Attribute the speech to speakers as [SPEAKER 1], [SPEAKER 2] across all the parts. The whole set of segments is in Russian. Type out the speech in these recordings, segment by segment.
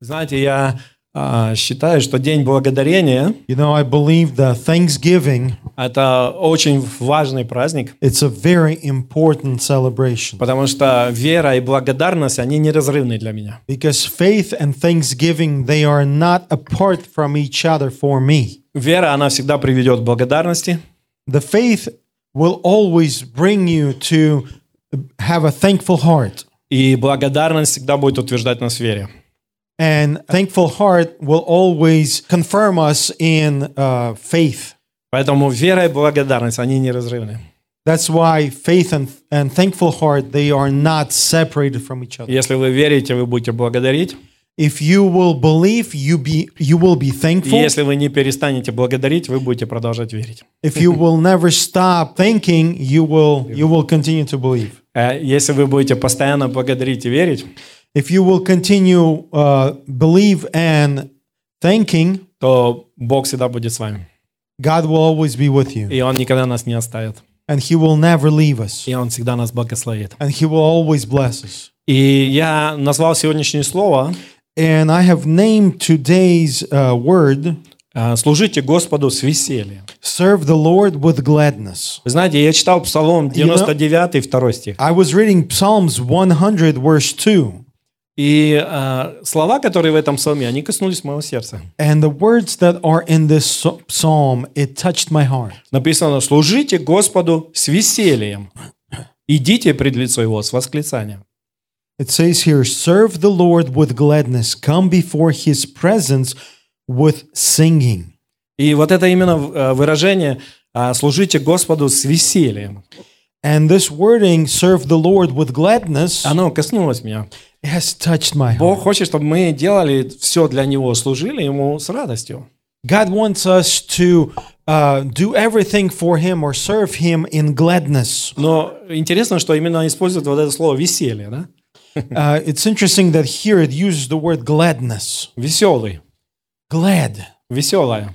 [SPEAKER 1] Знаете, я а, считаю, что День Благодарения
[SPEAKER 2] You know, I believe that Thanksgiving,
[SPEAKER 1] – это очень важный праздник,
[SPEAKER 2] it's a very important celebration
[SPEAKER 1] потому что вера и благодарность, они неразрывны для меня.
[SPEAKER 2] because faith and thanksgiving, they are not apart from each other for me.
[SPEAKER 1] Вера, она всегда приведет к благодарности,
[SPEAKER 2] The faith will always bring you to have a thankful heart,
[SPEAKER 1] и благодарность всегда будет утверждать нас в вере.
[SPEAKER 2] and thankful heart will always confirm us in uh, faith.
[SPEAKER 1] Поэтому вера и благодарность, они неразрывны.
[SPEAKER 2] That's why faith and, and thankful heart, they are not separated from each other.
[SPEAKER 1] Если вы верите, вы будете благодарить.
[SPEAKER 2] If you will believe, you be you will
[SPEAKER 1] И
[SPEAKER 2] be thankful.
[SPEAKER 1] если вы не перестанете благодарить, вы будете продолжать верить.
[SPEAKER 2] If you will never stop thinking, you will you will continue to believe.
[SPEAKER 1] Э, Если вы будете постоянно благодарить и верить,
[SPEAKER 2] If you will continue uh, believe and thanking,
[SPEAKER 1] то Бог всегда будет с вами.
[SPEAKER 2] God will always be with you,
[SPEAKER 1] И Он никогда нас не оставит.
[SPEAKER 2] and He will never leave us,
[SPEAKER 1] И Он всегда нас благословит.
[SPEAKER 2] and He will always bless us.
[SPEAKER 1] И я назвал сегодняшнее слово
[SPEAKER 2] And I have named today's uh, word:
[SPEAKER 1] э, «Служите Господу с весельем».
[SPEAKER 2] serve the Lord with gladness.
[SPEAKER 1] Вы знаете, я читал Псалом 99, 2 стих.
[SPEAKER 2] I was reading Psalms 100, verse two,
[SPEAKER 1] И э, слова, которые в этом псалме, они коснулись моего сердца.
[SPEAKER 2] and the words that are in this so- psalm it touched my heart.
[SPEAKER 1] Написано, служите Господу с весельем. Идите пред лицо Его с восклицанием.
[SPEAKER 2] It says here, serve the Lord with gladness, come before his presence with singing.
[SPEAKER 1] И вот это именно э, выражение э, «служите Господу с весельем».
[SPEAKER 2] And this wording, serve the Lord with gladness,
[SPEAKER 1] Оно коснулось меня.
[SPEAKER 2] has touched my heart.
[SPEAKER 1] Бог хочет, чтобы мы делали все для Него, служили Ему с радостью.
[SPEAKER 2] God wants us to uh, do everything for him or serve him in gladness.
[SPEAKER 1] Но интересно, что именно используют вот это слово «веселье», да?
[SPEAKER 2] Uh, it's interesting that here it uses the word gladness.
[SPEAKER 1] Веселый,
[SPEAKER 2] Glad,
[SPEAKER 1] веселая.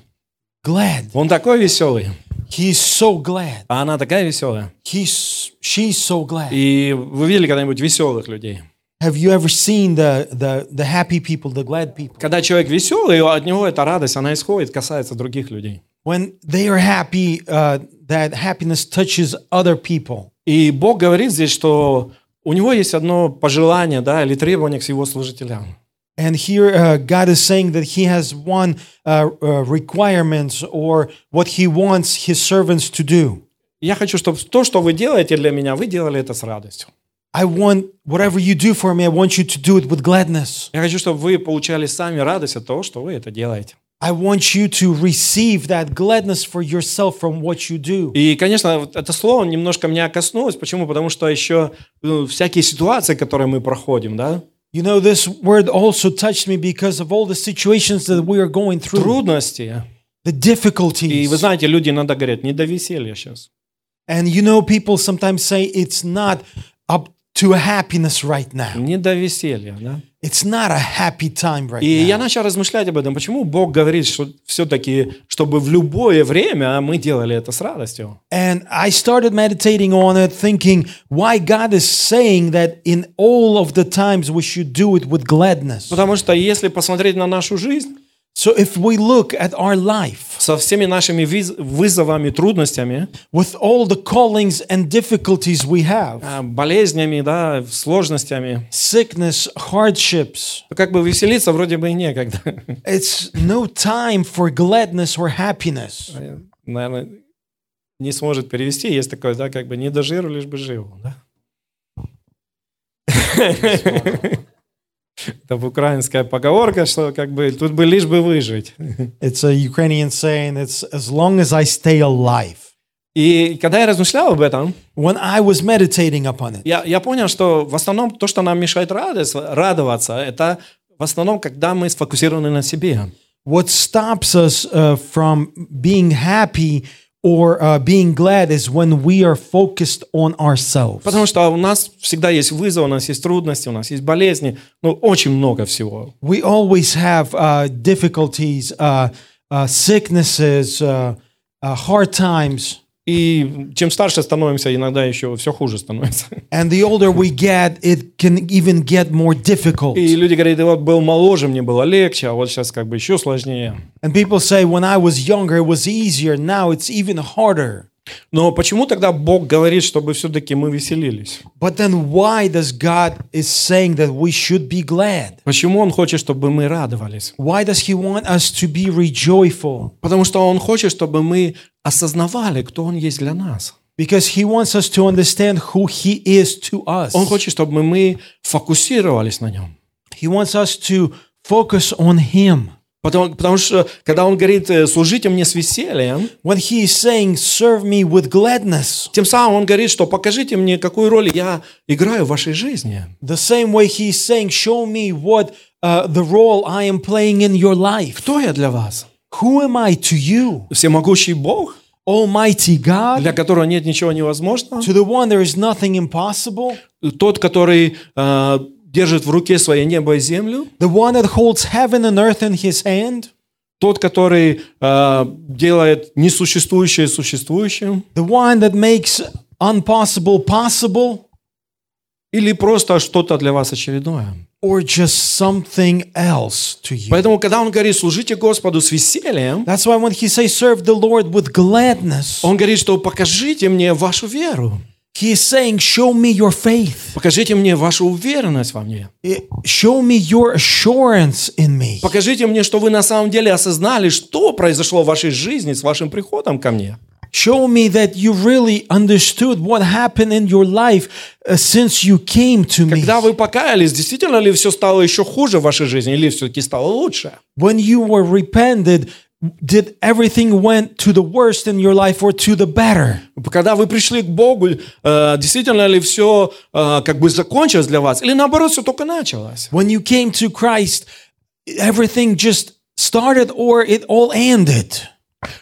[SPEAKER 2] glad.
[SPEAKER 1] Он такой веселый,
[SPEAKER 2] He's so glad.
[SPEAKER 1] а она такая веселая.
[SPEAKER 2] He's, she's so glad.
[SPEAKER 1] И вы видели когда-нибудь веселых людей?
[SPEAKER 2] Have you ever seen the, the, the happy people, the glad people?
[SPEAKER 1] Когда человек веселый, от него эта радость, она исходит, касается других людей.
[SPEAKER 2] when they are happy, uh, that happiness touches other people.
[SPEAKER 1] И Бог говорит здесь, что у него есть одно пожелание, да, или требование к его служителям.
[SPEAKER 2] And here, uh, God is saying that He has one uh, uh, requirements or what He wants His servants to do.
[SPEAKER 1] Я хочу, чтобы то, что вы делаете для меня, вы делали это с радостью.
[SPEAKER 2] I want whatever you do for me, I want you to do it with gladness.
[SPEAKER 1] Я хочу, чтобы вы получали сами радость от того, что вы это делаете.
[SPEAKER 2] I want you to receive that gladness for yourself from what you do.
[SPEAKER 1] И, конечно, вот это слово немножко меня коснулось. Почему? Потому что еще ну, всякие ситуации, которые мы проходим, да,
[SPEAKER 2] You know, this word also touched me because of all the situations that we are going through,
[SPEAKER 1] трудности.
[SPEAKER 2] the
[SPEAKER 1] И вы
[SPEAKER 2] difficulties.
[SPEAKER 1] знаете, люди иногда говорят, не до веселья сейчас.
[SPEAKER 2] And you know, people sometimes say it's not up to happiness right now.
[SPEAKER 1] Не до веселья, да.
[SPEAKER 2] It's not a happy time right
[SPEAKER 1] И я
[SPEAKER 2] now.
[SPEAKER 1] начал размышлять об этом, почему Бог говорит, что все-таки, чтобы в любое время а мы делали это с радостью.
[SPEAKER 2] And I started meditating on it, thinking why God is saying that in all of the times we should do it with gladness.
[SPEAKER 1] Потому что если посмотреть на нашу жизнь
[SPEAKER 2] So if we look at our life
[SPEAKER 1] со всеми нашими виз- вызовами, трудностями,
[SPEAKER 2] with all the callings and difficulties we have,
[SPEAKER 1] а, болезнями, да, сложностями,
[SPEAKER 2] sickness, hardships,
[SPEAKER 1] то как бы веселиться вроде бы и некогда.
[SPEAKER 2] it's no time for gladness or happiness.
[SPEAKER 1] Наверное, не сможет перевести. Есть такое, да, как бы не до жиру, лишь бы жил. Да? Это украинская поговорка, что как бы тут бы лишь бы выжить.
[SPEAKER 2] It's a Ukrainian saying, it's as long as I stay alive.
[SPEAKER 1] И когда я размышлял об этом,
[SPEAKER 2] when I was meditating upon it,
[SPEAKER 1] я, я понял, что в основном то, что нам мешает радость, радоваться, это в основном, когда мы сфокусированы на себе.
[SPEAKER 2] what stops us uh, from being happy or uh, being glad is when we are focused on ourselves.
[SPEAKER 1] Потому что у нас всегда есть вызовы, у нас есть трудности, у нас есть болезни, ну, очень много всего.
[SPEAKER 2] We always have uh, difficulties, uh, uh, sicknesses, uh, uh, hard times.
[SPEAKER 1] И чем старше становимся, иногда еще все хуже становится.
[SPEAKER 2] And the older we get, it can even get more difficult.
[SPEAKER 1] И люди говорят, «Я вот был моложе, мне было легче, а вот сейчас как бы еще сложнее.
[SPEAKER 2] And people say, when I was younger, it was easier. Now it's even harder.
[SPEAKER 1] Но почему тогда Бог говорит, чтобы все-таки мы веселились?
[SPEAKER 2] But then why does God is saying that we should be glad?
[SPEAKER 1] Почему Он хочет, чтобы мы радовались?
[SPEAKER 2] Why does he want us to be rejoiceful?
[SPEAKER 1] Потому что Он хочет, чтобы мы осознавали, кто Он есть для нас.
[SPEAKER 2] Because he wants us to understand who he is to us.
[SPEAKER 1] Он хочет, чтобы мы фокусировались на Нем.
[SPEAKER 2] He wants us to focus on him.
[SPEAKER 1] Потому, потому что, когда Он говорит, э, служите мне с весельем,
[SPEAKER 2] When he is saying, serve me with gladness,
[SPEAKER 1] тем самым Он говорит, что покажите мне, какую роль я играю в вашей жизни.
[SPEAKER 2] the same way he is saying, show me what uh, the role I am playing in your life.
[SPEAKER 1] Кто я для вас?
[SPEAKER 2] Who am I to you?
[SPEAKER 1] Всемогущий Бог,
[SPEAKER 2] Almighty God,
[SPEAKER 1] для которого нет ничего невозможного?
[SPEAKER 2] to the one there is nothing impossible,
[SPEAKER 1] Тот, который э, держит в руке свое небо и землю?
[SPEAKER 2] the one that holds heaven and earth in his hand,
[SPEAKER 1] Тот, который э, делает несуществующее существующим,
[SPEAKER 2] the one that makes impossible possible,
[SPEAKER 1] или просто что-то для вас очередное.
[SPEAKER 2] or just something else to you.
[SPEAKER 1] Поэтому, когда он говорит, служите Господу с весельем,
[SPEAKER 2] That's why when he says, serve the Lord with gladness,
[SPEAKER 1] он говорит, что покажите мне вашу веру,
[SPEAKER 2] he is saying, show me your faith.
[SPEAKER 1] покажите мне вашу уверенность во мне,
[SPEAKER 2] I- Show me your assurance in me.
[SPEAKER 1] покажите мне, что вы на самом деле осознали, что произошло в вашей жизни с вашим приходом ко мне.
[SPEAKER 2] Show me that you really understood what happened in your life uh, since you came to me.
[SPEAKER 1] Когда вы покаялись, действительно ли все стало еще хуже в вашей жизни или все-таки стало лучше?
[SPEAKER 2] When you were repented, did everything went to the worst in your life or to the better?
[SPEAKER 1] Когда вы пришли к Богу, э, действительно ли все э, как бы закончилось для вас? Или наоборот, все только началось?
[SPEAKER 2] When you came to Christ, everything just started or it all ended.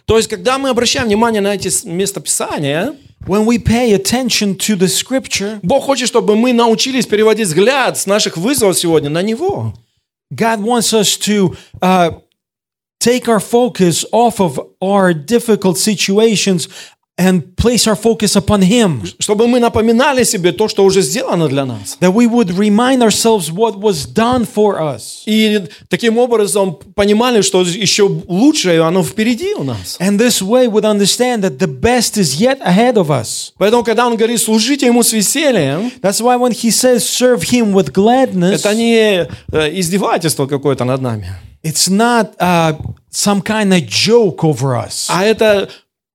[SPEAKER 1] То есть, когда мы обращаем внимание на эти с- местописания,
[SPEAKER 2] When we pay attention to the scripture,
[SPEAKER 1] Бог хочет, чтобы мы научились переводить взгляд с наших вызовов сегодня на Него.
[SPEAKER 2] God wants us to uh, take our focus off of our difficult situations and place our focus upon Him.
[SPEAKER 1] Чтобы мы напоминали себе то, что уже сделано для нас.
[SPEAKER 2] That we would remind ourselves what was done for us.
[SPEAKER 1] И таким образом понимали, что еще лучшее оно впереди у нас.
[SPEAKER 2] And this way would understand that the best is yet ahead of us.
[SPEAKER 1] Поэтому, когда он говорит, служите ему с весельем,
[SPEAKER 2] That's why when he says serve him with gladness,
[SPEAKER 1] это не э, издевательство какое-то над нами,
[SPEAKER 2] it's not uh, some kind of joke over us.
[SPEAKER 1] а это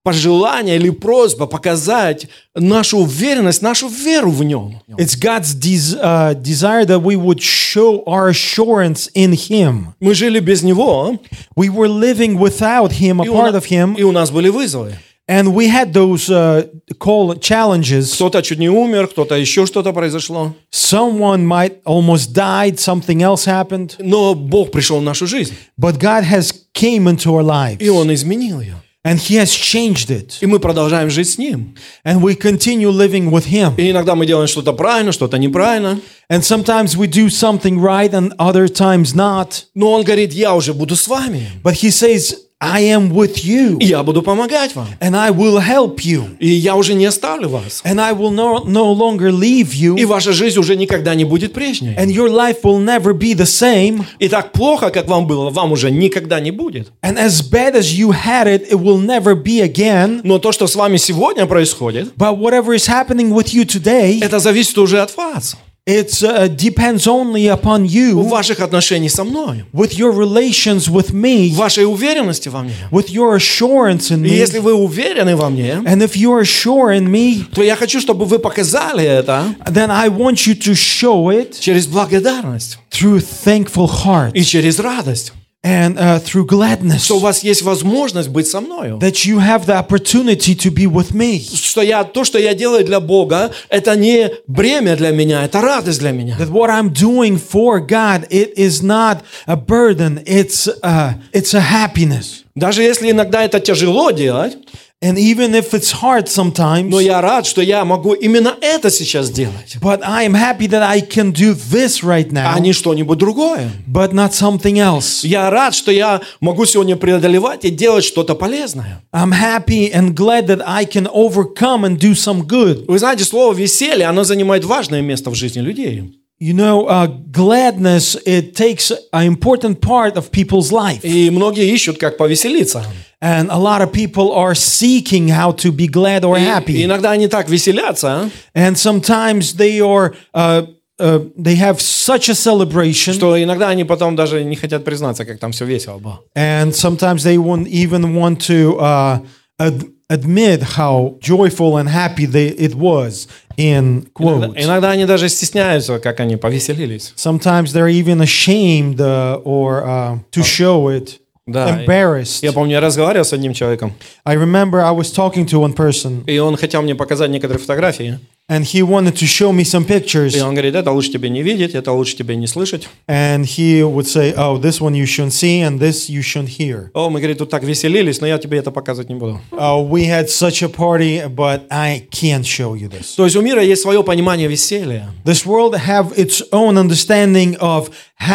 [SPEAKER 1] пожелание или просьба показать нашу уверенность, нашу веру в нем.
[SPEAKER 2] It's God's des- uh, desire that we would show our assurance in Him.
[SPEAKER 1] Мы жили без него, а?
[SPEAKER 2] We were living without Him,
[SPEAKER 1] и у,
[SPEAKER 2] apart
[SPEAKER 1] на-
[SPEAKER 2] of Him,
[SPEAKER 1] и у нас были вызовы.
[SPEAKER 2] and we had those uh, call challenges.
[SPEAKER 1] Кто-то чуть не умер, кто-то еще что-то произошло.
[SPEAKER 2] Someone might almost died, something else happened,
[SPEAKER 1] Но Бог пришел в нашу жизнь,
[SPEAKER 2] but God has came into our lives,
[SPEAKER 1] и Он изменил ее.
[SPEAKER 2] and He has changed it,
[SPEAKER 1] И мы продолжаем жить с Ним.
[SPEAKER 2] and we continue living with Him.
[SPEAKER 1] И иногда мы делаем что-то правильно, что-то неправильно.
[SPEAKER 2] And sometimes we do something right, and other times not.
[SPEAKER 1] Но Он говорит, я уже буду с вами,
[SPEAKER 2] But He says, "I am with you,
[SPEAKER 1] и я буду помогать вам.
[SPEAKER 2] and I will help you."
[SPEAKER 1] И я уже не оставлю вас.
[SPEAKER 2] And I will no, no longer leave
[SPEAKER 1] И
[SPEAKER 2] you,
[SPEAKER 1] ваша жизнь уже никогда не будет прежней.
[SPEAKER 2] and your life will never be the same.
[SPEAKER 1] И так плохо, как вам было, вам уже никогда не будет.
[SPEAKER 2] And as bad as you had it, it will never be again.
[SPEAKER 1] Но то, что с вами сегодня происходит,
[SPEAKER 2] But whatever is happening with you today,
[SPEAKER 1] это зависит уже от вас,
[SPEAKER 2] it uh, depends only upon you,
[SPEAKER 1] ваших отношений со мной,
[SPEAKER 2] with your relations with me,
[SPEAKER 1] вашей уверенности во мне.
[SPEAKER 2] with your assurance in
[SPEAKER 1] И
[SPEAKER 2] me.
[SPEAKER 1] если вы уверены во мне,
[SPEAKER 2] And if you are sure in me,
[SPEAKER 1] то я хочу, чтобы вы показали это
[SPEAKER 2] then I want you to show it
[SPEAKER 1] через благодарность
[SPEAKER 2] through thankful heart
[SPEAKER 1] и через радость,
[SPEAKER 2] and uh, through gladness
[SPEAKER 1] что у вас есть возможность быть со мною.
[SPEAKER 2] that you have the opportunity to be with me.
[SPEAKER 1] Что я, то, что я делаю для Бога, это не бремя для меня, это радость для меня.
[SPEAKER 2] that what I'm doing for God it is not a burden it's uh it's a happiness
[SPEAKER 1] Даже если иногда это тяжело делать,
[SPEAKER 2] And even if it's hard sometimes,
[SPEAKER 1] Но я рад, что я могу именно это сейчас делать,
[SPEAKER 2] but I am happy that I can do this right now,
[SPEAKER 1] а не что-нибудь другое.
[SPEAKER 2] but not something else.
[SPEAKER 1] Я рад, что я могу сегодня преодолевать и делать что-то полезное.
[SPEAKER 2] I'm happy and glad that I can overcome and do some good.
[SPEAKER 1] Вы знаете, слово «веселье», оно занимает важное место в жизни людей.
[SPEAKER 2] You know, uh, gladness it takes an important part of people's life,
[SPEAKER 1] И многие ищут, как повеселиться.
[SPEAKER 2] and a lot of people are seeking how to be glad or
[SPEAKER 1] И
[SPEAKER 2] happy,
[SPEAKER 1] иногда они так веселятся, а,
[SPEAKER 2] and sometimes they are. Uh, uh, they have such a celebration,
[SPEAKER 1] что иногда они потом даже не хотят признаться, как там все весело было.
[SPEAKER 2] and sometimes they won't even want to uh, ad- admit how joyful and happy they, it was. In quotes,
[SPEAKER 1] Иногда они даже стесняются, как они повеселились.
[SPEAKER 2] Sometimes they're even ashamed uh, or uh, to show it,
[SPEAKER 1] Да.
[SPEAKER 2] embarrassed.
[SPEAKER 1] Я помню, я разговаривал с одним человеком,
[SPEAKER 2] I remember I was talking to one person
[SPEAKER 1] и он хотел мне показать некоторые фотографии.
[SPEAKER 2] and he wanted to show me some pictures
[SPEAKER 1] И он говорит, это лучше тебе не видеть, это лучше тебе не слышать.
[SPEAKER 2] and he would say, "Oh, this one you shouldn't see and this you shouldn't hear."
[SPEAKER 1] О, мы, говорит, тут так веселились, но я тебе это показывать не буду.
[SPEAKER 2] Oh, we had such a party, but I can't show you this.
[SPEAKER 1] То есть у мира есть свое понимание веселья.
[SPEAKER 2] This world have its own understanding of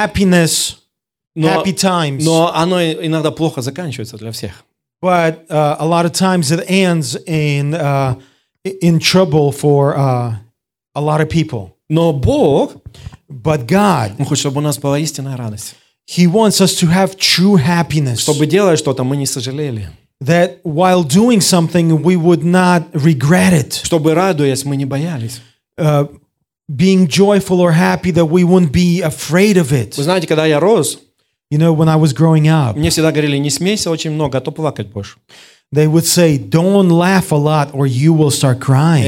[SPEAKER 2] happiness,
[SPEAKER 1] Но,
[SPEAKER 2] happy times,
[SPEAKER 1] но оно и- иногда плохо заканчивается для всех.
[SPEAKER 2] but uh, a lot of times it ends in uh, in trouble for uh, a lot of people.
[SPEAKER 1] Но Бог,
[SPEAKER 2] But God,
[SPEAKER 1] Он хочет, чтобы у нас была истинная радость.
[SPEAKER 2] He wants us to have true happiness.
[SPEAKER 1] Чтобы делая что-то, мы не сожалели.
[SPEAKER 2] That while doing something, we would not regret it.
[SPEAKER 1] Чтобы, радуясь, мы не боялись.
[SPEAKER 2] Uh, being joyful or happy, that we wouldn't be afraid of it.
[SPEAKER 1] Вы знаете, когда я рос,
[SPEAKER 2] You know, when I was growing up,
[SPEAKER 1] мне всегда говорили, не смейся очень много, а то плакать будешь.
[SPEAKER 2] they would say, Don't laugh a lot or you will start
[SPEAKER 1] Я не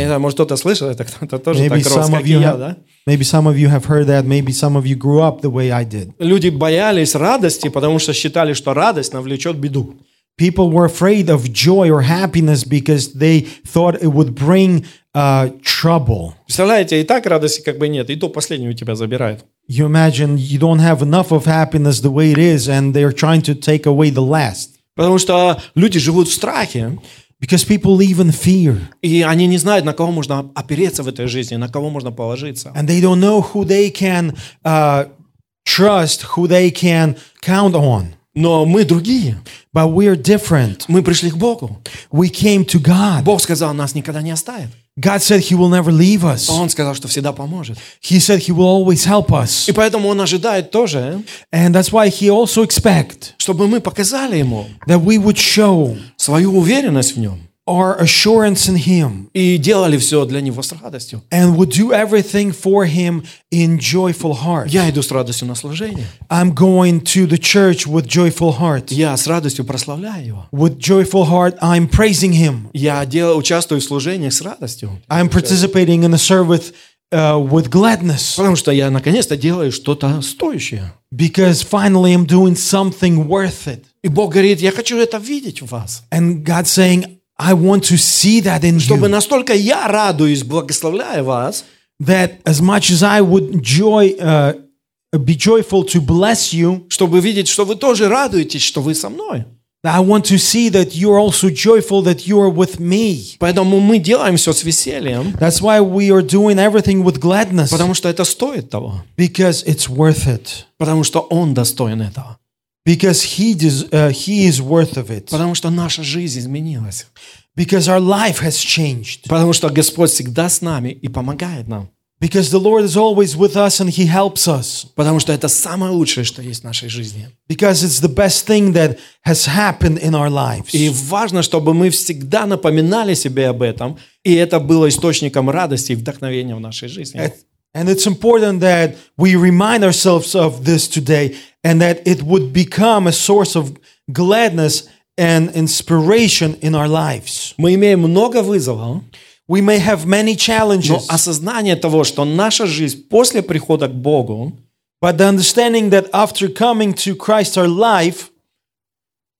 [SPEAKER 2] crying.
[SPEAKER 1] знаю, может, кто-то слышал, это кто-то тоже
[SPEAKER 2] Maybe
[SPEAKER 1] так рос,
[SPEAKER 2] some,
[SPEAKER 1] как
[SPEAKER 2] of
[SPEAKER 1] и
[SPEAKER 2] you
[SPEAKER 1] я,
[SPEAKER 2] have,
[SPEAKER 1] да?
[SPEAKER 2] maybe some of you have heard that. Maybe some of you grew up the way I did.
[SPEAKER 1] Люди боялись радости, потому что считали, что радость навлечет беду.
[SPEAKER 2] People were afraid of joy or happiness because they thought it would bring uh, trouble.
[SPEAKER 1] Представляете, и так радости как бы нет, и то последнее у тебя забирают.
[SPEAKER 2] you imagine you don't have enough of happiness the way it is and they're trying to take away the last
[SPEAKER 1] Потому что люди живут в страхе,
[SPEAKER 2] because people live in fear
[SPEAKER 1] и они не знают, на кого можно опереться в этой жизни, на кого можно положиться.
[SPEAKER 2] and they don't know who they can uh, trust who they can count on
[SPEAKER 1] Но мы другие.
[SPEAKER 2] but we're different
[SPEAKER 1] Мы пришли к Богу.
[SPEAKER 2] we came to god
[SPEAKER 1] Бог сказал, нас никогда не оставит.
[SPEAKER 2] god said he will never leave us
[SPEAKER 1] Он сказал, что всегда поможет.
[SPEAKER 2] he said he will always help us
[SPEAKER 1] И поэтому Он ожидает тоже,
[SPEAKER 2] and that's why he also expect
[SPEAKER 1] чтобы мы показали Ему
[SPEAKER 2] that we would show
[SPEAKER 1] свою уверенность в Нем
[SPEAKER 2] our assurance in him
[SPEAKER 1] и делали все для Него с радостью.
[SPEAKER 2] and would do everything for him in joyful heart
[SPEAKER 1] Я иду с радостью на служение.
[SPEAKER 2] I'm going to the church with joyful heart.
[SPEAKER 1] Я с радостью прославляю Его.
[SPEAKER 2] With joyful heart, I'm praising Him.
[SPEAKER 1] Я дел- участвую в служении с радостью.
[SPEAKER 2] I'm participating in the service uh, with gladness
[SPEAKER 1] Потому что я наконец-то делаю что-то стоящее.
[SPEAKER 2] because finally I'm doing something worth it.
[SPEAKER 1] И Бог говорит, я хочу это видеть в вас.
[SPEAKER 2] And God's saying, I want to see that in
[SPEAKER 1] Чтобы
[SPEAKER 2] you.
[SPEAKER 1] настолько я радуюсь, благословляю вас,
[SPEAKER 2] That as much as I would joy, uh, be joyful to bless you,
[SPEAKER 1] чтобы видеть, что вы тоже радуетесь, что вы со мной.
[SPEAKER 2] I want to see that you're also joyful that you are with me.
[SPEAKER 1] Поэтому мы делаем все с весельем,
[SPEAKER 2] That's why we are doing everything with gladness
[SPEAKER 1] потому что это стоит того.
[SPEAKER 2] because it's worth it.
[SPEAKER 1] Потому что Он doстоин этого.
[SPEAKER 2] because he des- uh, he is worth of it
[SPEAKER 1] Потому что наша жизнь изменилась.
[SPEAKER 2] because our life has changed
[SPEAKER 1] Потому что Господь всегда с нами и помогает нам.
[SPEAKER 2] because the lord is always with us and he helps us
[SPEAKER 1] Потому что это самое лучшее, что есть в нашей жизни.
[SPEAKER 2] because it's the best thing that has happened in our lives
[SPEAKER 1] И важно, чтобы мы всегда напоминали себе об этом, и это было источником радости и вдохновения в нашей жизни.
[SPEAKER 2] And- and it's important that we remind ourselves of this today and that it would become a source of gladness and inspiration in our lives
[SPEAKER 1] Мы имеем много вызовов,
[SPEAKER 2] we may have many
[SPEAKER 1] но
[SPEAKER 2] challenges
[SPEAKER 1] осознание того, что наша жизнь после прихода к Богу
[SPEAKER 2] but the understanding that after coming to christ our life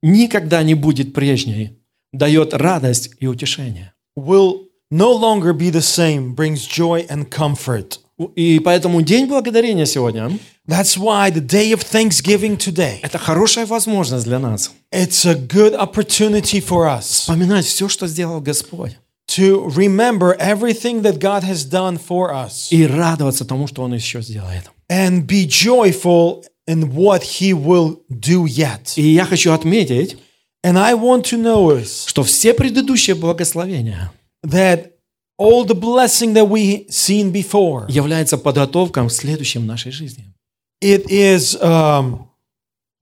[SPEAKER 1] никогда не будет прежней, дает радость и утешение.
[SPEAKER 2] will no longer be the same brings joy and comfort.
[SPEAKER 1] И поэтому День Благодарения сегодня
[SPEAKER 2] That's why the day of Thanksgiving today,
[SPEAKER 1] – это хорошая возможность для нас
[SPEAKER 2] it's a good opportunity for us
[SPEAKER 1] вспоминать все, что сделал Господь,
[SPEAKER 2] to remember everything that God has done for us
[SPEAKER 1] и радоваться тому, что Он еще сделает.
[SPEAKER 2] and be joyful in what He will do yet.
[SPEAKER 1] И я хочу отметить,
[SPEAKER 2] And I want to notice
[SPEAKER 1] что все предыдущие благословения
[SPEAKER 2] that all the blessing that we seen before,
[SPEAKER 1] являются подготовкой к следующим нашей жизни.
[SPEAKER 2] it is um,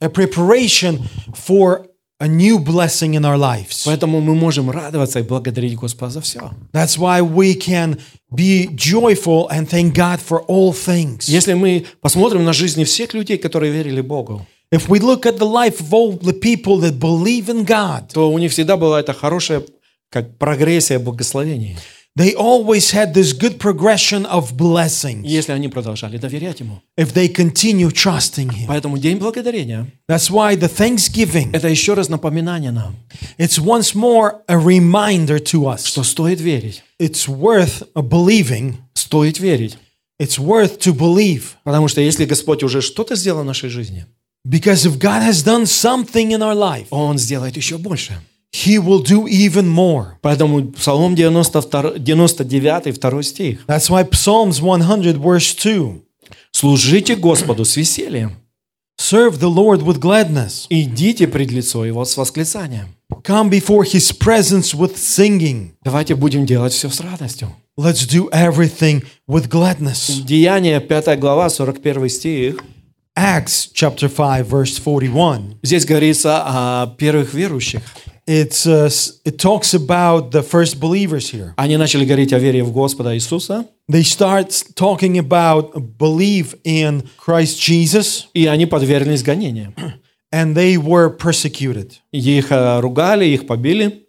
[SPEAKER 2] a preparation for a new blessing in our lives.
[SPEAKER 1] Поэтому мы можем радоваться и благодарить Господа за все.
[SPEAKER 2] That's why we can be joyful and thank God for all things.
[SPEAKER 1] Если мы посмотрим на жизни всех людей, которые верили Богу,
[SPEAKER 2] If we look at the life of all the people that believe in God,
[SPEAKER 1] то у них всегда была эта хорошая как прогрессия благословений,
[SPEAKER 2] they always had this good progression of blessings
[SPEAKER 1] если они продолжали доверять Ему.
[SPEAKER 2] if they continue trusting Him.
[SPEAKER 1] Поэтому День Благодарения
[SPEAKER 2] That's why the
[SPEAKER 1] –
[SPEAKER 2] Thanksgiving,
[SPEAKER 1] это еще раз напоминание нам,
[SPEAKER 2] it's once more a reminder to us.
[SPEAKER 1] что стоит верить,
[SPEAKER 2] It's worth a believing,
[SPEAKER 1] стоит верить.
[SPEAKER 2] it's worth to believe.
[SPEAKER 1] Потому что если Господь уже что-то сделал в нашей жизни,
[SPEAKER 2] Because if God has done something in our life,
[SPEAKER 1] Он сделает еще больше.
[SPEAKER 2] He will do even more.
[SPEAKER 1] Поэтому Псалом 92, 99, 2 стих.
[SPEAKER 2] That's why Psalms 100, verse 2
[SPEAKER 1] «Служите Господу с весельем,
[SPEAKER 2] Serve the Lord with gladness.
[SPEAKER 1] идите пред лицо Его с восклицанием».
[SPEAKER 2] Come before his presence with singing.
[SPEAKER 1] Давайте будем делать все с радостью.
[SPEAKER 2] Let's do everything with gladness.
[SPEAKER 1] Деяние 5 глава, 41 стих.
[SPEAKER 2] Acts chapter 5, verse 41.
[SPEAKER 1] Здесь говорится о первых верующих.
[SPEAKER 2] It's, uh, s- it talks about the first believers here.
[SPEAKER 1] Они начали говорить о вере в Господа Иисуса,
[SPEAKER 2] They start talking about belief in Christ Jesus
[SPEAKER 1] и они подверглись гонениям.
[SPEAKER 2] and they were persecuted.
[SPEAKER 1] Их э, ругали, их побили.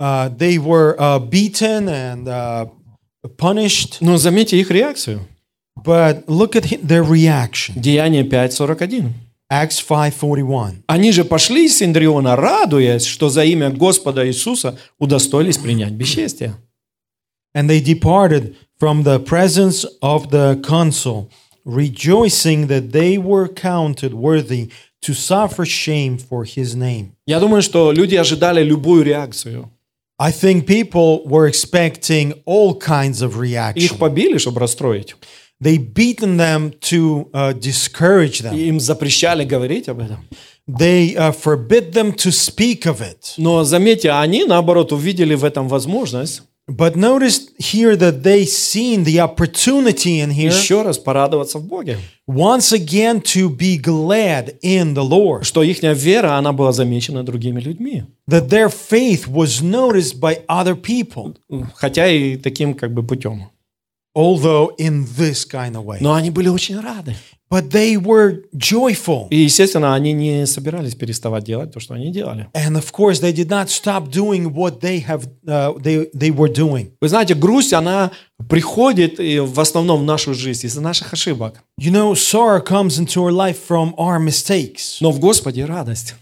[SPEAKER 2] Uh, they were uh, beaten and uh, punished.
[SPEAKER 1] Но заметьте их реакцию.
[SPEAKER 2] But look at hi- their reaction.
[SPEAKER 1] Деяние 5.41.
[SPEAKER 2] Acts 5:41.
[SPEAKER 1] Они же пошли из Синдриона, радуясь, что за имя Господа Иисуса удостоились принять бесчестие.
[SPEAKER 2] And they departed from the presence of the consul, rejoicing that they were counted worthy to suffer shame for his name.
[SPEAKER 1] Я думаю, что люди ожидали любую реакцию.
[SPEAKER 2] I think people were expecting all kinds of
[SPEAKER 1] Их
[SPEAKER 2] reaction.
[SPEAKER 1] побили, чтобы расстроить.
[SPEAKER 2] They beaten them to uh, discourage them.
[SPEAKER 1] И Им запрещали говорить об этом.
[SPEAKER 2] They uh, forbid them to speak of it.
[SPEAKER 1] Но заметьте, они, наоборот, увидели в этом возможность
[SPEAKER 2] But notice here that they seen the opportunity in here
[SPEAKER 1] еще раз порадоваться в Боге.
[SPEAKER 2] once again to be glad in the Lord.
[SPEAKER 1] Что их вера, она была замечена другими людьми.
[SPEAKER 2] that their faith was noticed by other people,
[SPEAKER 1] Хотя и таким как бы путем.
[SPEAKER 2] although in this kind of way.
[SPEAKER 1] Но они были очень рады.
[SPEAKER 2] But they were joyful.
[SPEAKER 1] И, естественно, они не собирались переставать делать то, что они делали.
[SPEAKER 2] And of course, they did not stop doing what they have uh, they they were doing.
[SPEAKER 1] Вы знаете, грусть, она приходит э, в основном в нашу жизнь из-за наших ошибок.
[SPEAKER 2] You know, sorrow comes into our life from our mistakes,
[SPEAKER 1] Но в Господе радость.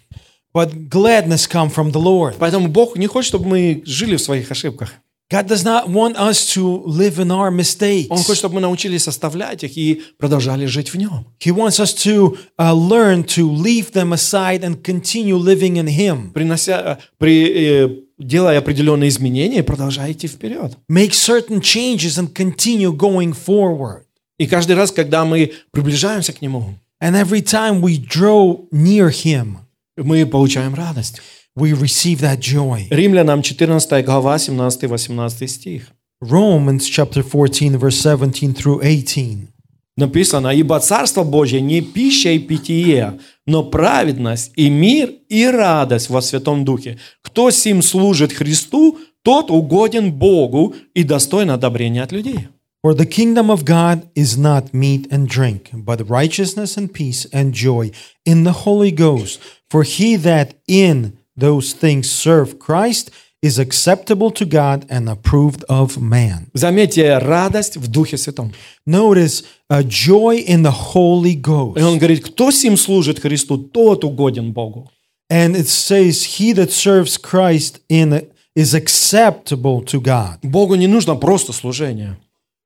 [SPEAKER 2] but gladness comes from the Lord.
[SPEAKER 1] Поэтому Бог не хочет, чтобы мы жили в своих ошибках.
[SPEAKER 2] God does not want us to live in our
[SPEAKER 1] Он хочет,
[SPEAKER 2] mistakes.
[SPEAKER 1] чтобы мы научились составлять их и продолжали жить в нем.
[SPEAKER 2] He wants us to uh, learn to leave them aside and continue living in Him.
[SPEAKER 1] Принося, э, при, э, делая определенные изменения, продолжая идти вперед.
[SPEAKER 2] Make certain changes and continue going forward.
[SPEAKER 1] И каждый раз, когда мы приближаемся к Нему,
[SPEAKER 2] And every time we draw near him,
[SPEAKER 1] мы получаем радость.
[SPEAKER 2] we receive that joy.
[SPEAKER 1] Римлянам 14 глава, 17-18 стих.
[SPEAKER 2] Romans chapter 14, verse 17 through 18.
[SPEAKER 1] Написано, ибо Царство Божье не пища и питье, но праведность и мир и радость во Святом Духе. Кто сим служит Христу, тот угоден Богу и достоин одобрения от людей.
[SPEAKER 2] For the kingdom of God is not meat and drink, but righteousness and peace and joy in the Holy Ghost. For he that in those things serve Christ is acceptable to God and approved of man.
[SPEAKER 1] Заметьте, радость в Духе Святом.
[SPEAKER 2] Notice a joy in the Holy
[SPEAKER 1] И он
[SPEAKER 2] Ghost.
[SPEAKER 1] говорит, кто сим служит Христу, тот угоден Богу.
[SPEAKER 2] And it says, He that serves Christ in is acceptable to God.
[SPEAKER 1] Богу не нужно просто служение.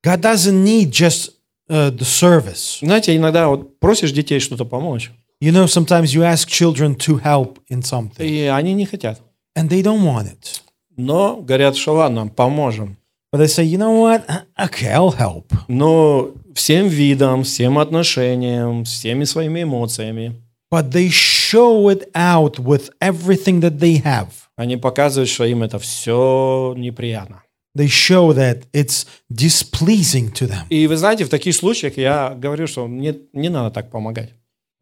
[SPEAKER 2] God doesn't need just uh, the service.
[SPEAKER 1] Знаете, иногда вот просишь детей что-то помочь,
[SPEAKER 2] You know, sometimes you ask children to help in something
[SPEAKER 1] и они не хотят.
[SPEAKER 2] and they don't want it.
[SPEAKER 1] Но говорят, что ладно, поможем.
[SPEAKER 2] But they say, you know what? Okay, I'll help.
[SPEAKER 1] Но всем видом, всем отношениям, всеми своими эмоциями.
[SPEAKER 2] But they show it out with everything that they have.
[SPEAKER 1] Они показывают, что им это все неприятно.
[SPEAKER 2] They show that it's displeasing to them.
[SPEAKER 1] И вы знаете, в таких случаях я говорю, что мне не надо так помогать.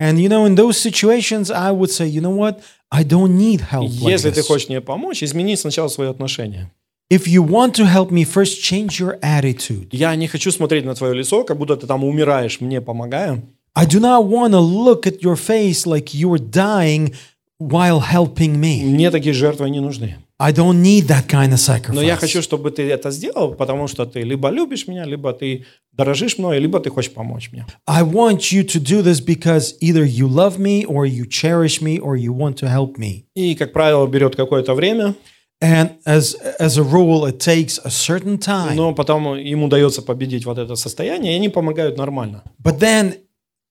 [SPEAKER 2] And you know, in those situations, I would say, you know what? I don't need help. Like
[SPEAKER 1] Если ты
[SPEAKER 2] this.
[SPEAKER 1] хочешь мне помочь, измени сначала свои отношения.
[SPEAKER 2] If you want to help me, first change your attitude.
[SPEAKER 1] Я не хочу смотреть на твое лицо, как будто ты там умираешь, мне помогая.
[SPEAKER 2] I do not want to look at your face like you're dying while helping me.
[SPEAKER 1] Мне такие жертвы не нужны.
[SPEAKER 2] I don't need that kind of
[SPEAKER 1] Но я хочу,
[SPEAKER 2] sacrifice.
[SPEAKER 1] чтобы ты это сделал, потому что ты либо любишь меня, либо ты дорожишь мной, либо ты хочешь помочь мне.
[SPEAKER 2] I want you to do this because either you love me or you cherish me or you want to help me.
[SPEAKER 1] И, как правило, берет какое-то время,
[SPEAKER 2] And as as a rule, it takes a certain time.
[SPEAKER 1] но потом им удается победить вот это состояние, и они помогают нормально.
[SPEAKER 2] But then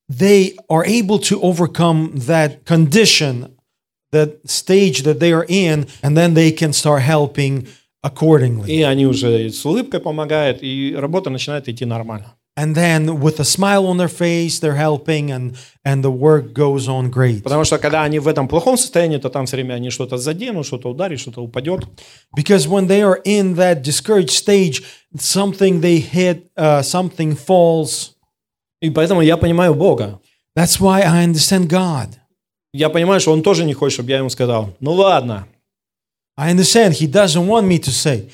[SPEAKER 2] they are able to overcome that condition, that stage that they are in, and then they can start helping accordingly.
[SPEAKER 1] И они уже и с улыбкой помогают, и работа начинает идти нормально.
[SPEAKER 2] And then with a smile on their face, they're helping, and and the work goes on great.
[SPEAKER 1] Потому что когда они в этом плохом состоянии, то там все время они что-то заденут, что-то ударит, что-то упадет.
[SPEAKER 2] Because when they are in that discouraged stage, something they hit, uh, something falls.
[SPEAKER 1] И поэтому я понимаю Бога.
[SPEAKER 2] That's why I understand God.
[SPEAKER 1] Я понимаю, что Он тоже не хочет, чтобы я ему сказал, ну ладно,
[SPEAKER 2] I understand He doesn't want me to say,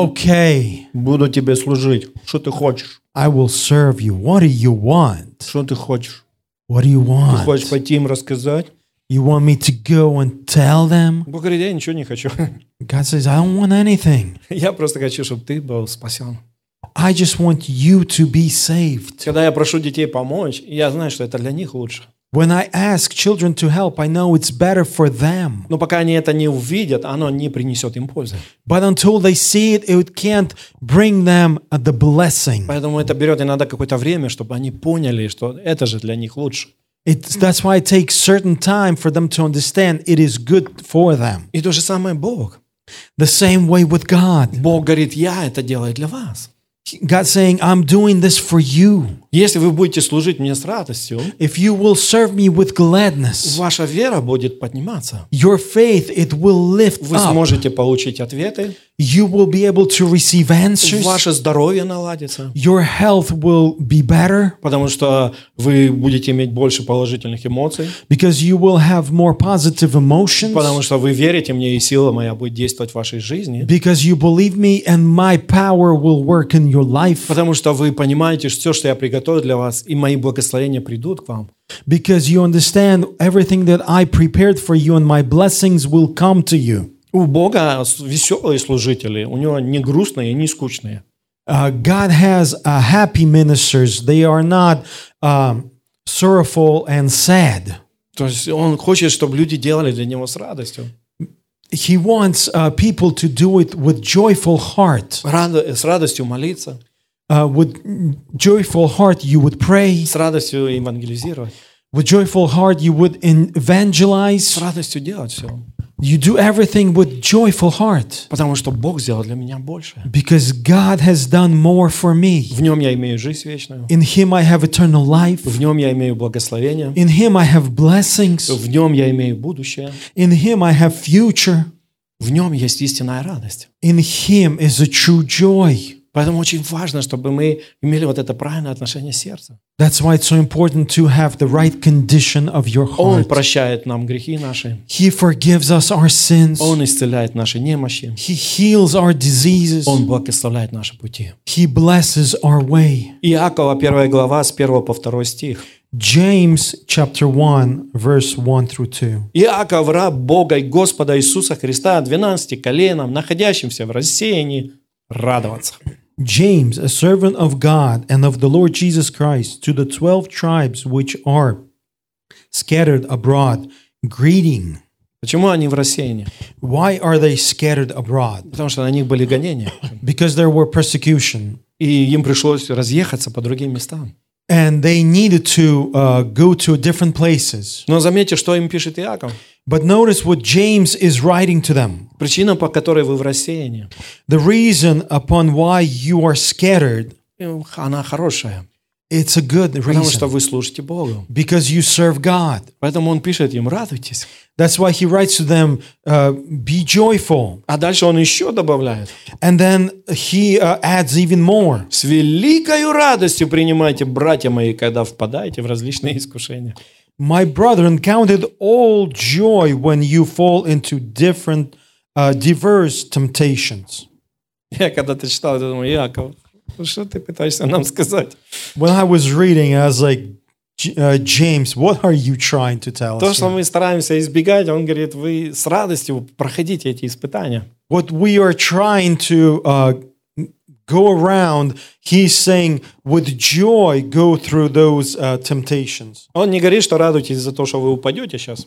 [SPEAKER 2] "Okay,
[SPEAKER 1] буду тебе служить. Что ты хочешь?
[SPEAKER 2] I will serve you. What do you want?"
[SPEAKER 1] Что ты хочешь?
[SPEAKER 2] What do you
[SPEAKER 1] Ты хочешь
[SPEAKER 2] want?
[SPEAKER 1] пойти им рассказать?
[SPEAKER 2] You want me to go and tell them?
[SPEAKER 1] Бог говорит, я ничего не хочу.
[SPEAKER 2] God says, I don't want anything.
[SPEAKER 1] Я просто хочу, чтобы ты был спасен.
[SPEAKER 2] I just want you to be saved.
[SPEAKER 1] Когда я прошу детей помочь, я знаю, что это для них лучше.
[SPEAKER 2] When I ask children to help, I know it's better for them.
[SPEAKER 1] Но пока они это не увидят, оно не принесет им пользы.
[SPEAKER 2] But until they see it, it can't bring them uh, the blessing.
[SPEAKER 1] Поэтому это берет иногда какое-то время, чтобы они поняли, что это же для них лучше.
[SPEAKER 2] It's, that's why it takes certain time for them to understand it is good for them.
[SPEAKER 1] И то же самое Бог.
[SPEAKER 2] The same way with God.
[SPEAKER 1] Бог говорит, я это делаю для вас.
[SPEAKER 2] God saying, I'm doing this for you.
[SPEAKER 1] Если вы будете служить мне с радостью,
[SPEAKER 2] If you will serve me with gladness,
[SPEAKER 1] ваша вера будет подниматься.
[SPEAKER 2] your faith, it will lift
[SPEAKER 1] Вы
[SPEAKER 2] up.
[SPEAKER 1] сможете получить ответы,
[SPEAKER 2] you will be able to receive answers.
[SPEAKER 1] ваше здоровье наладится,
[SPEAKER 2] Your health will be better
[SPEAKER 1] потому что вы будете иметь больше положительных эмоций,
[SPEAKER 2] because you will have more positive emotions.
[SPEAKER 1] потому что вы верите мне, и сила моя будет действовать в вашей жизни,
[SPEAKER 2] Because you believe me and my power will work in your life.
[SPEAKER 1] потому что вы понимаете, что все, что я приготовил для вас, и мои благословения придут к вам.
[SPEAKER 2] Because you understand everything that I prepared for you and my blessings will come to you.
[SPEAKER 1] У Бога с- веселые служители, у него не грустные и не скучные.
[SPEAKER 2] Uh, God has uh, happy ministers, they are not um, sorrowful and sad.
[SPEAKER 1] То есть он хочет, чтобы люди делали для него с радостью.
[SPEAKER 2] He wants uh, people to do it with joyful heart.
[SPEAKER 1] Рада- с радостью молиться,
[SPEAKER 2] Uh, with joyful heart, you would pray.
[SPEAKER 1] с радостью евангелизировать,
[SPEAKER 2] With joyful heart, you would en-
[SPEAKER 1] с
[SPEAKER 2] evangelize.
[SPEAKER 1] радостью делать все.
[SPEAKER 2] You do everything with joyful heart
[SPEAKER 1] Потому что Бог сделал для меня больше.
[SPEAKER 2] because God has done more for me.
[SPEAKER 1] В нем я имею жизнь вечную.
[SPEAKER 2] In Him, I have eternal life.
[SPEAKER 1] В нем я имею благословение.
[SPEAKER 2] In Him, I have blessings.
[SPEAKER 1] В нем я имею будущее.
[SPEAKER 2] In Him, I have future.
[SPEAKER 1] В нем есть истинная радость.
[SPEAKER 2] In Him is a true joy.
[SPEAKER 1] Поэтому очень важно, чтобы мы имели вот это правильное отношение сердца.
[SPEAKER 2] That's why it's so important to have the right condition of your
[SPEAKER 1] Он
[SPEAKER 2] heart.
[SPEAKER 1] прощает нам грехи наши.
[SPEAKER 2] He forgives us our sins.
[SPEAKER 1] Он исцеляет наши немощи.
[SPEAKER 2] He heals our diseases.
[SPEAKER 1] Он благословляет наши пути.
[SPEAKER 2] He blesses our way.
[SPEAKER 1] Иакова 1 глава с 1 по 2 стих.
[SPEAKER 2] James chapter 1, verse 1 through 2.
[SPEAKER 1] Иаков, раб Бога и Господа Иисуса Христа, 12 коленам, находящимся в рассеянии, радоваться.
[SPEAKER 2] James, a servant of God and of the Lord Jesus Christ, to the twelve tribes which are scattered abroad, greeting.
[SPEAKER 1] Почему они в рассеянии?
[SPEAKER 2] Why are they scattered abroad?
[SPEAKER 1] Потому что на них были гонения.
[SPEAKER 2] Because there were persecution.
[SPEAKER 1] И им пришлось разъехаться по другим местам.
[SPEAKER 2] and they needed to uh, go to different places.
[SPEAKER 1] Но заметьте, что им пишет Иаков.
[SPEAKER 2] But notice what James is writing to them.
[SPEAKER 1] Причина, по которой вы в рассеянии,
[SPEAKER 2] The reason upon why you are scattered,
[SPEAKER 1] э, она хорошая.
[SPEAKER 2] it's a good
[SPEAKER 1] Потому что
[SPEAKER 2] reason
[SPEAKER 1] вы служите Богу.
[SPEAKER 2] because you serve God.
[SPEAKER 1] Поэтому он пишет им, радуйтесь.
[SPEAKER 2] That's why he writes to them, uh, be joyful.
[SPEAKER 1] А дальше он еще добавляет.
[SPEAKER 2] And then he uh, adds even more.
[SPEAKER 1] С великою радостью принимайте, братья мои, когда впадаете в различные искушения.
[SPEAKER 2] My brethren, count it all joy when you fall into different, uh, diverse temptations.
[SPEAKER 1] Я когда ты читал, я думаю, Иаков, ну что ты пытаешься нам сказать?
[SPEAKER 2] When I was reading, I was like, "J- uh, James, what are you trying to tell
[SPEAKER 1] То,
[SPEAKER 2] us?
[SPEAKER 1] что
[SPEAKER 2] here?
[SPEAKER 1] мы стараемся избегать, он говорит, вы с радостью проходите эти испытания.
[SPEAKER 2] What we are trying to uh, go around, he's saying, with joy, go through those uh, temptations.
[SPEAKER 1] Он не говорит, что радуйтесь за то, что вы упадете сейчас.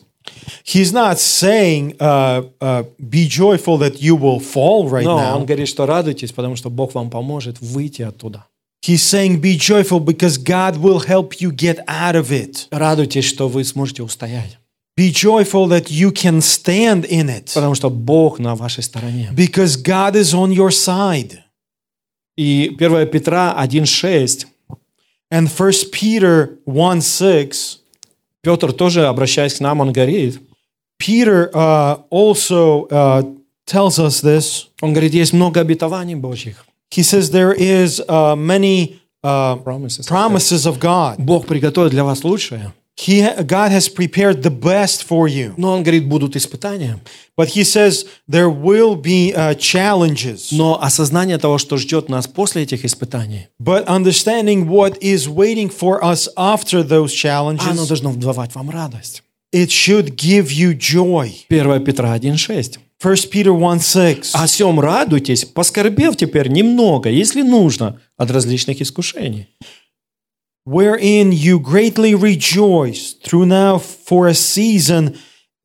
[SPEAKER 2] He's not saying, uh, uh, be joyful that you will fall right
[SPEAKER 1] Но
[SPEAKER 2] now.
[SPEAKER 1] он говорит, что радуйтесь, потому что Бог вам поможет выйти оттуда.
[SPEAKER 2] He's saying, be joyful because God will help you get out of it.
[SPEAKER 1] Радуйтесь, что вы сможете устоять,
[SPEAKER 2] Be joyful that you can stand in it
[SPEAKER 1] потому что Бог на вашей стороне.
[SPEAKER 2] because God is on your side.
[SPEAKER 1] И 1 Петра 1.6,
[SPEAKER 2] And 1 Peter 1 6,
[SPEAKER 1] Петр тоже, обращаясь к нам, он говорит,
[SPEAKER 2] Peter uh, also uh, tells us this.
[SPEAKER 1] он говорит, есть много обетований Божьих.
[SPEAKER 2] He says, There is uh, many uh,
[SPEAKER 1] Promises.
[SPEAKER 2] promises of God.
[SPEAKER 1] Бог приготовит для вас лучшее.
[SPEAKER 2] He, God has prepared the best for you.
[SPEAKER 1] Но он говорит, будут испытания.
[SPEAKER 2] But he says, There will be uh, challenges.
[SPEAKER 1] Но осознание того, что ждет нас после этих испытаний,
[SPEAKER 2] But understanding what is waiting for us after those
[SPEAKER 1] оно
[SPEAKER 2] challenges,
[SPEAKER 1] должно давать вам радость.
[SPEAKER 2] it should give you joy.
[SPEAKER 1] 1 Петра 1.6.
[SPEAKER 2] 1 Peter 1 6.
[SPEAKER 1] О сем радуйтесь, поскорбев теперь немного, если нужно, от различных искушений.
[SPEAKER 2] wherein you greatly rejoice, through now for a season,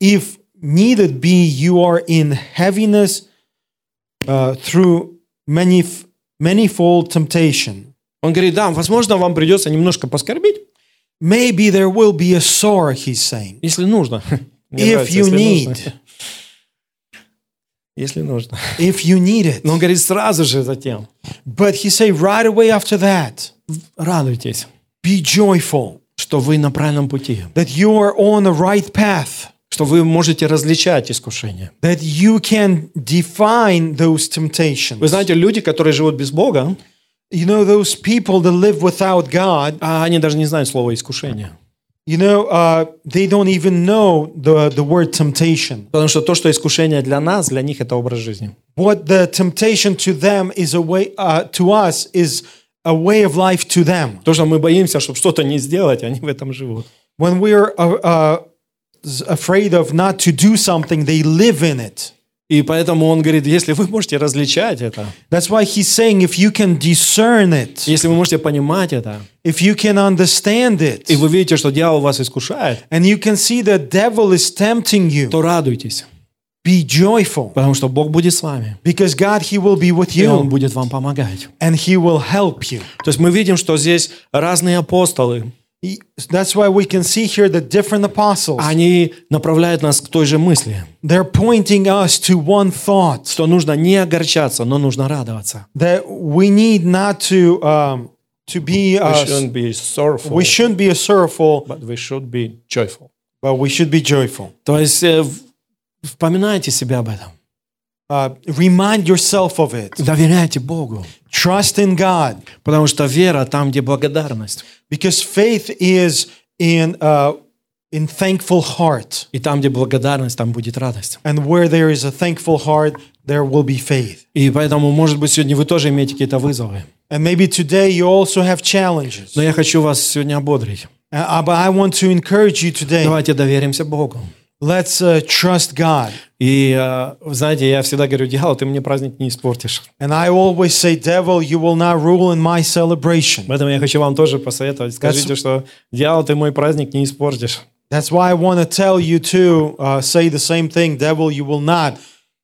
[SPEAKER 2] if needed be, you are in heaviness uh, through many manifold temptation.
[SPEAKER 1] Он говорит, да, возможно, вам придется немножко поскорбить,
[SPEAKER 2] Maybe there will be a sorrow, he's saying,
[SPEAKER 1] если нужно. Мне
[SPEAKER 2] If
[SPEAKER 1] нравится,
[SPEAKER 2] you
[SPEAKER 1] если
[SPEAKER 2] need.
[SPEAKER 1] нужно. Если нужно.
[SPEAKER 2] if you need it.
[SPEAKER 1] Но он говорит, сразу же затем,
[SPEAKER 2] But he say right away after that,
[SPEAKER 1] радуйтесь,
[SPEAKER 2] be joyful
[SPEAKER 1] что вы на правильном пути,
[SPEAKER 2] that you are on the right path,
[SPEAKER 1] что вы можете различать искушения.
[SPEAKER 2] that you can define those
[SPEAKER 1] Вы
[SPEAKER 2] temptations.
[SPEAKER 1] знаете, люди, которые живут без Бога,
[SPEAKER 2] You know, those people that live without God,
[SPEAKER 1] а они даже не знают слова искушение.
[SPEAKER 2] You know, uh, they don't even know the, the word temptation.
[SPEAKER 1] Потому что то, что искушение для нас, для них это образ жизни.
[SPEAKER 2] What the temptation to them is a way, uh, to us, is a way of life to them.
[SPEAKER 1] То, что мы боимся, чтобы что-то не сделать, они в этом живут.
[SPEAKER 2] When we are uh, uh, s- afraid of not to do something, they live in it.
[SPEAKER 1] И поэтому он говорит, если вы можете различать это,
[SPEAKER 2] That's why he's saying if you can discern it,
[SPEAKER 1] если вы можете понимать это,
[SPEAKER 2] if you can understand it,
[SPEAKER 1] и вы видите, что дьявол вас искушает,
[SPEAKER 2] and you can see the devil is tempting you,
[SPEAKER 1] то радуйтесь,
[SPEAKER 2] be joyful
[SPEAKER 1] потому что Бог будет с вами,
[SPEAKER 2] because God, he will be with
[SPEAKER 1] и Он
[SPEAKER 2] you
[SPEAKER 1] будет вам помогать.
[SPEAKER 2] and he will help you.
[SPEAKER 1] То есть мы видим, что здесь разные апостолы,
[SPEAKER 2] He- That's why we can see here the different apostles.
[SPEAKER 1] они направляют нас к той же мысли,
[SPEAKER 2] They're pointing us to one thought
[SPEAKER 1] что нужно не огорчаться, но нужно радоваться.
[SPEAKER 2] that we need not to um, to be. Uh,
[SPEAKER 1] be sorrowful,
[SPEAKER 2] we shouldn't be sorrowful,
[SPEAKER 1] but we should be joyful.
[SPEAKER 2] but we should be joyful.
[SPEAKER 1] То есть э, в- вспоминайте себя об этом,
[SPEAKER 2] Uh, remind yourself of it.
[SPEAKER 1] доверяйте Богу,
[SPEAKER 2] Trust in God,
[SPEAKER 1] потому что вера там, где благодарность,
[SPEAKER 2] because faith is in uh, in thankful heart,
[SPEAKER 1] и там, где благодарность, там будет радость.
[SPEAKER 2] and where there is a thankful heart, there will be faith.
[SPEAKER 1] И поэтому, может быть, сегодня вы тоже имеете какие-то вызовы.
[SPEAKER 2] And maybe today you also have challenges,
[SPEAKER 1] Но я хочу вас сегодня ободрить.
[SPEAKER 2] Uh, but I want to encourage you today.
[SPEAKER 1] Давайте доверимся Богу.
[SPEAKER 2] Let's uh, trust God.
[SPEAKER 1] И, э, вы знаете, я всегда говорю, дьявол, ты мне праздник не испортишь.
[SPEAKER 2] And I always say, devil, you will not rule in my celebration.
[SPEAKER 1] Поэтому я хочу вам тоже посоветовать. Скажите, что дьявол, ты мой праздник не испортишь.
[SPEAKER 2] That's why I want to tell you to uh, say the same thing, devil, you will not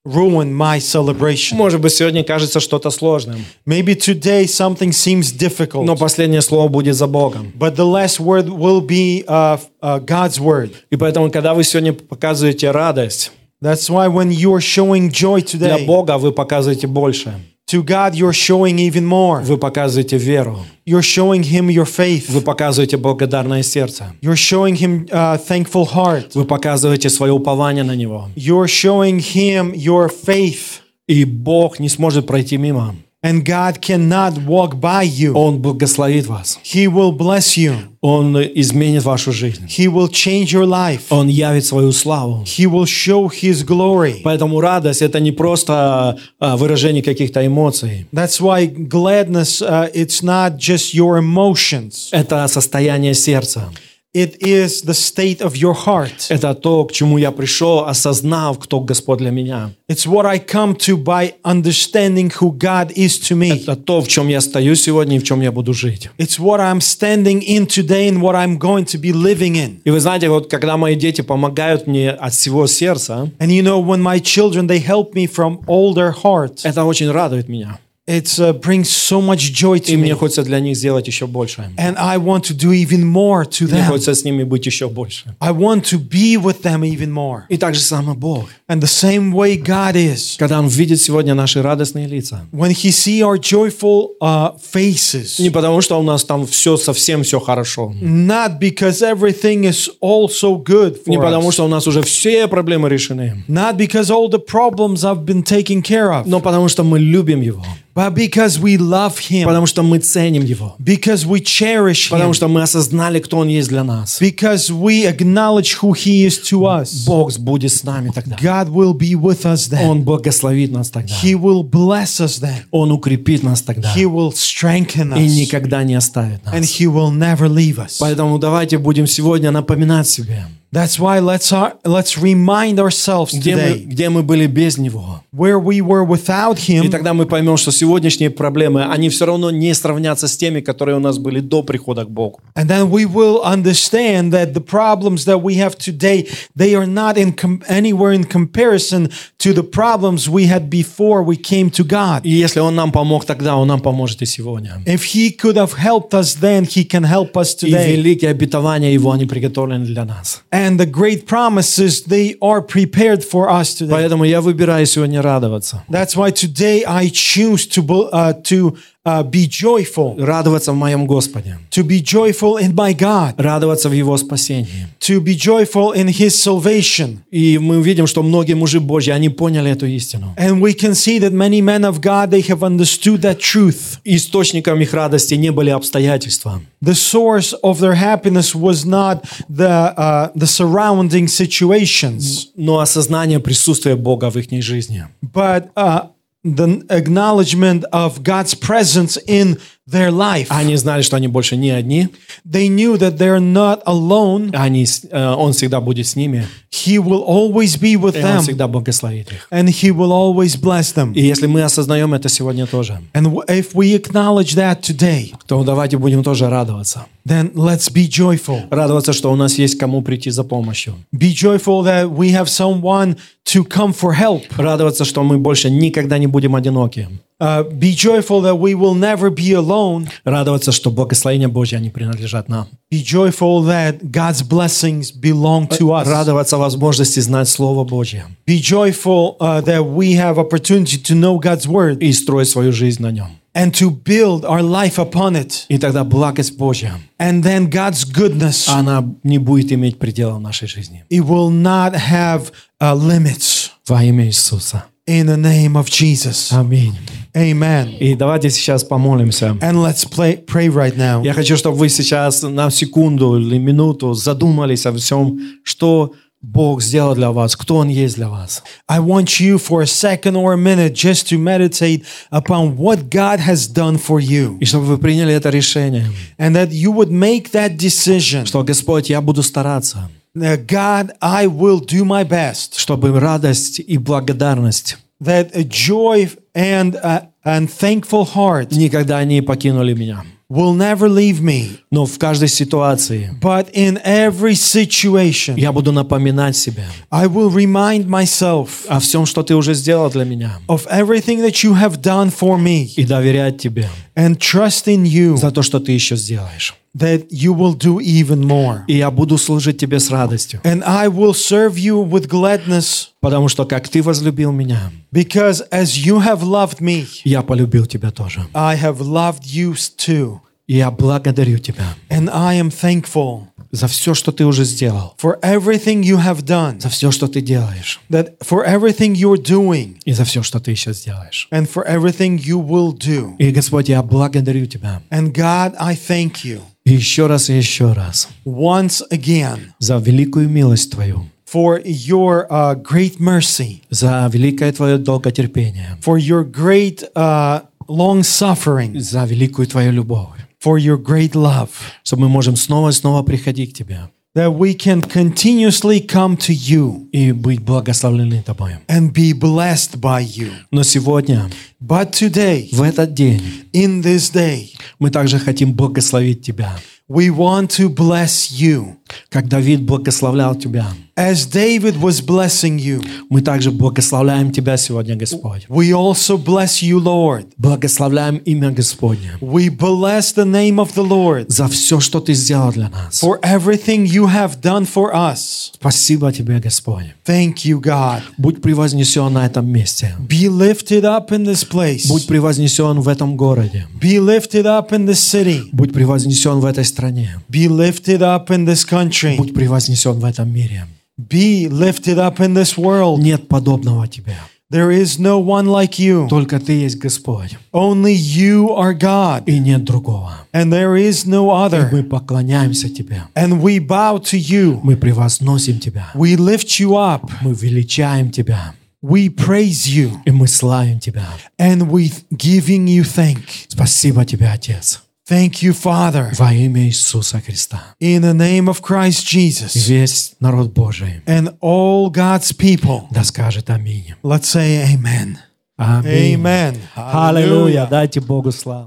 [SPEAKER 2] ruin my celebration.
[SPEAKER 1] Может быть, сегодня кажется что-то сложным,
[SPEAKER 2] Maybe today something seems difficult,
[SPEAKER 1] но последнее слово будет за Богом.
[SPEAKER 2] but the last word will be uh, uh, God's word.
[SPEAKER 1] И поэтому, когда вы сегодня показываете радость,
[SPEAKER 2] That's why when you're showing joy
[SPEAKER 1] для
[SPEAKER 2] today,
[SPEAKER 1] Бога вы показываете больше.
[SPEAKER 2] to God you're showing even more.
[SPEAKER 1] Вы показываете веру,
[SPEAKER 2] You're showing Him
[SPEAKER 1] вы
[SPEAKER 2] your faith.
[SPEAKER 1] показываете благодарное сердце,
[SPEAKER 2] You're showing Him uh, thankful heart.
[SPEAKER 1] вы показываете свое упование на Него.
[SPEAKER 2] You're showing Him your faith.
[SPEAKER 1] И Бог не сможет пройти мимо.
[SPEAKER 2] And God cannot walk by you.
[SPEAKER 1] Он благословит вас.
[SPEAKER 2] He will bless you.
[SPEAKER 1] Он изменит вашу жизнь.
[SPEAKER 2] He will change your life.
[SPEAKER 1] Он явит свою славу.
[SPEAKER 2] He will show His glory.
[SPEAKER 1] Поэтому радость это не просто а, выражение каких-то эмоций.
[SPEAKER 2] That's why gladness, uh, it's not just your emotions,
[SPEAKER 1] Это состояние сердца.
[SPEAKER 2] it is the state of your heart.
[SPEAKER 1] Это то, к чему я пришел, осознав, кто Господь для меня.
[SPEAKER 2] It's what I come to by understanding who God is to me.
[SPEAKER 1] Это то, в чем я стою сегодня и в чем я буду жить.
[SPEAKER 2] It's what I'm standing in today and what I'm going to be living in.
[SPEAKER 1] И вы знаете, вот когда мои дети помогают мне от всего сердца,
[SPEAKER 2] And you know, when my children, they help me from all their heart.
[SPEAKER 1] это очень радует меня.
[SPEAKER 2] It uh, brings so much joy to
[SPEAKER 1] И мне
[SPEAKER 2] me.
[SPEAKER 1] хочется для них сделать еще больше.
[SPEAKER 2] And I want to do even more to
[SPEAKER 1] Мне
[SPEAKER 2] them.
[SPEAKER 1] хочется с ними быть еще больше.
[SPEAKER 2] I want to be with them even more.
[SPEAKER 1] И так же само Бог.
[SPEAKER 2] And the same way God is.
[SPEAKER 1] Когда Он видит сегодня наши радостные лица.
[SPEAKER 2] When He see our joyful uh, faces,
[SPEAKER 1] Не потому, что у нас там все совсем все хорошо.
[SPEAKER 2] not because everything is all so good
[SPEAKER 1] Не
[SPEAKER 2] for
[SPEAKER 1] потому,
[SPEAKER 2] us,
[SPEAKER 1] что у нас уже все проблемы решены.
[SPEAKER 2] not because all the problems have been taken care of,
[SPEAKER 1] Но потому, что мы любим Его.
[SPEAKER 2] but because we love Him,
[SPEAKER 1] Потому, что мы ценим Его.
[SPEAKER 2] because we cherish Him,
[SPEAKER 1] Потому, что мы осознали, кто Он есть для нас.
[SPEAKER 2] because we acknowledge who He is to us.
[SPEAKER 1] Бог будет с нами тогда.
[SPEAKER 2] God will be with us then.
[SPEAKER 1] Он благословит нас тогда.
[SPEAKER 2] He will bless us then.
[SPEAKER 1] Он укрепит нас тогда.
[SPEAKER 2] He will strengthen
[SPEAKER 1] И
[SPEAKER 2] us.
[SPEAKER 1] никогда не оставит нас.
[SPEAKER 2] And He will never leave us.
[SPEAKER 1] Поэтому давайте будем сегодня напоминать себе,
[SPEAKER 2] That's why let's, our, let's remind ourselves
[SPEAKER 1] где мы,
[SPEAKER 2] today
[SPEAKER 1] где мы были без Него.
[SPEAKER 2] where we were without
[SPEAKER 1] И
[SPEAKER 2] Him.
[SPEAKER 1] тогда мы поймем, что сегодняшние проблемы, они все равно не сравнятся с теми, которые у нас были до прихода к Богу.
[SPEAKER 2] And then we will understand that the problems that we have today, they are not in com- anywhere in comparison to the problems we had before we came to God.
[SPEAKER 1] И если Он нам помог тогда, Он нам поможет и сегодня.
[SPEAKER 2] If He could have helped us then, He can help us
[SPEAKER 1] И
[SPEAKER 2] today.
[SPEAKER 1] великие обетования Его, они приготовлены для нас.
[SPEAKER 2] And the great promises, they are prepared for us today.
[SPEAKER 1] Поэтому я выбираю сегодня радоваться.
[SPEAKER 2] That's why today I choose to, bel- uh, to uh, be joyful,
[SPEAKER 1] Радоваться в моем Господе.
[SPEAKER 2] to be joyful in my God,
[SPEAKER 1] Радоваться в Его спасении.
[SPEAKER 2] to be joyful in His salvation.
[SPEAKER 1] И мы видим, что многие мужи Божьи, они поняли эту истину.
[SPEAKER 2] And we can see that many men of God, they have understood that truth.
[SPEAKER 1] Источником их радости не были обстоятельства.
[SPEAKER 2] The source of their happiness was not the uh, the surrounding situations,
[SPEAKER 1] но осознание присутствия Бога в их жизни.
[SPEAKER 2] but uh, the acknowledgement of God's presence in their life.
[SPEAKER 1] Они знали, что они больше не одни,
[SPEAKER 2] They knew that they're not alone.
[SPEAKER 1] они, с- э, Он всегда будет с ними,
[SPEAKER 2] He will always be with
[SPEAKER 1] и Он
[SPEAKER 2] them,
[SPEAKER 1] всегда благословит их.
[SPEAKER 2] and He will always bless them.
[SPEAKER 1] И если мы осознаем это сегодня тоже,
[SPEAKER 2] And w- if we acknowledge that today,
[SPEAKER 1] то давайте будем тоже радоваться.
[SPEAKER 2] then let's be joyful.
[SPEAKER 1] Радоваться, что у нас есть кому прийти за помощью.
[SPEAKER 2] Be joyful that we have someone to come for help.
[SPEAKER 1] Радоваться, что мы больше никогда не будем одиноки.
[SPEAKER 2] Uh, be joyful that we will never be alone.
[SPEAKER 1] Радоваться, что благословения Божьи, они принадлежат нам.
[SPEAKER 2] Be joyful that God's blessings belong to us.
[SPEAKER 1] Радоваться возможности знать Слово Божье
[SPEAKER 2] Be joyful uh, that we have opportunity to know God's word
[SPEAKER 1] и строить свою жизнь на нем.
[SPEAKER 2] and to build our life upon it.
[SPEAKER 1] И тогда благость Божья,
[SPEAKER 2] And then God's goodness,
[SPEAKER 1] она не будет иметь предела в нашей жизни.
[SPEAKER 2] it will not have uh, limits.
[SPEAKER 1] Во имя Иисуса.
[SPEAKER 2] In the name of Jesus.
[SPEAKER 1] Аминь.
[SPEAKER 2] Amen.
[SPEAKER 1] И давайте сейчас помолимся.
[SPEAKER 2] And let's play, pray right now.
[SPEAKER 1] Я хочу, чтобы вы сейчас на секунду или минуту задумались о всем, что Бог сделал для вас, кто Он есть для вас.
[SPEAKER 2] I want you for a second or a minute just to meditate upon what God has done for you
[SPEAKER 1] И чтобы вы приняли это решение,
[SPEAKER 2] and that you would make that decision.
[SPEAKER 1] что Господь, я буду стараться,
[SPEAKER 2] Now, God, I will do my best
[SPEAKER 1] чтобы радость и благодарность
[SPEAKER 2] that a joy and uh, and thankful heart
[SPEAKER 1] никогда не покинули меня.
[SPEAKER 2] will never leave me,
[SPEAKER 1] Но в каждой ситуации
[SPEAKER 2] but in every situation,
[SPEAKER 1] я буду напоминать себе
[SPEAKER 2] I will remind myself
[SPEAKER 1] о всем, что ты уже сделал для меня.
[SPEAKER 2] of everything that you have done for me
[SPEAKER 1] И доверять тебе
[SPEAKER 2] and trust in you
[SPEAKER 1] за то, что ты еще сделаешь.
[SPEAKER 2] that you will do even more.
[SPEAKER 1] И я буду служить тебе с радостью.
[SPEAKER 2] And I will serve you with gladness
[SPEAKER 1] Потому что как ты возлюбил меня,
[SPEAKER 2] because as you have loved me,
[SPEAKER 1] я полюбил тебя тоже.
[SPEAKER 2] I have loved you too.
[SPEAKER 1] И я благодарю тебя
[SPEAKER 2] And I am thankful
[SPEAKER 1] за все, что ты уже сделал,
[SPEAKER 2] for everything you have done,
[SPEAKER 1] за все, что ты делаешь,
[SPEAKER 2] that for everything you're doing
[SPEAKER 1] и за все, что ты еще сделаешь.
[SPEAKER 2] and for everything you will do.
[SPEAKER 1] И, Господь, я благодарю тебя
[SPEAKER 2] And God, I thank you
[SPEAKER 1] И еще раз и еще раз
[SPEAKER 2] once again
[SPEAKER 1] за великую милость твою,
[SPEAKER 2] for your uh, great mercy,
[SPEAKER 1] за великое твое долготерпение,
[SPEAKER 2] for your great uh, long suffering,
[SPEAKER 1] за великую твою любовь,
[SPEAKER 2] for your great love,
[SPEAKER 1] что мы можем снова и снова приходить к тебе
[SPEAKER 2] that we can continuously come to you
[SPEAKER 1] и быть благословлены тобой.
[SPEAKER 2] and be blessed by you.
[SPEAKER 1] Но сегодня,
[SPEAKER 2] But today,
[SPEAKER 1] в этот день,
[SPEAKER 2] in this day,
[SPEAKER 1] мы также хотим благословить тебя,
[SPEAKER 2] we want to bless you.
[SPEAKER 1] как Давид благословлял тебя.
[SPEAKER 2] As David was blessing you,
[SPEAKER 1] Мы также благословляем Тебя сегодня, Господь.
[SPEAKER 2] we also bless you, Lord.
[SPEAKER 1] Благословляем имя Господне
[SPEAKER 2] We bless the name of the Lord
[SPEAKER 1] за все, что Ты сделал для нас.
[SPEAKER 2] for everything you have done for us.
[SPEAKER 1] Спасибо Тебе, Господь.
[SPEAKER 2] Thank you, God.
[SPEAKER 1] Будь превознесен на этом месте.
[SPEAKER 2] Be lifted up in this place.
[SPEAKER 1] Будь превознесен в этом городе.
[SPEAKER 2] Be lifted up in this city.
[SPEAKER 1] Будь превознесен в этой стране.
[SPEAKER 2] Be lifted up in this country.
[SPEAKER 1] Будь превознесен в этом мире.
[SPEAKER 2] Be lifted up in this world.
[SPEAKER 1] Нет подобного тебе.
[SPEAKER 2] There is no one like you.
[SPEAKER 1] Только ты есть Господь,
[SPEAKER 2] Only you are God,
[SPEAKER 1] и нет другого.
[SPEAKER 2] and there is no other.
[SPEAKER 1] Мы поклоняемся тебе.
[SPEAKER 2] And we bow to you.
[SPEAKER 1] Мы превозносим тебя.
[SPEAKER 2] We lift you up.
[SPEAKER 1] Мы величаем тебя.
[SPEAKER 2] We praise you.
[SPEAKER 1] И мы славим тебя.
[SPEAKER 2] And we th- giving you thank.
[SPEAKER 1] Спасибо тебе, Отец.
[SPEAKER 2] Thank you, Father,
[SPEAKER 1] Во имя Иисуса Христа.
[SPEAKER 2] in the name of Christ
[SPEAKER 1] И
[SPEAKER 2] Jesus.
[SPEAKER 1] весь народ Божий
[SPEAKER 2] And all God's people,
[SPEAKER 1] да скажет аминь.
[SPEAKER 2] let's say amen.
[SPEAKER 1] Аминь.
[SPEAKER 2] Amen.
[SPEAKER 1] Аллилуйя. Дайте Богу славу.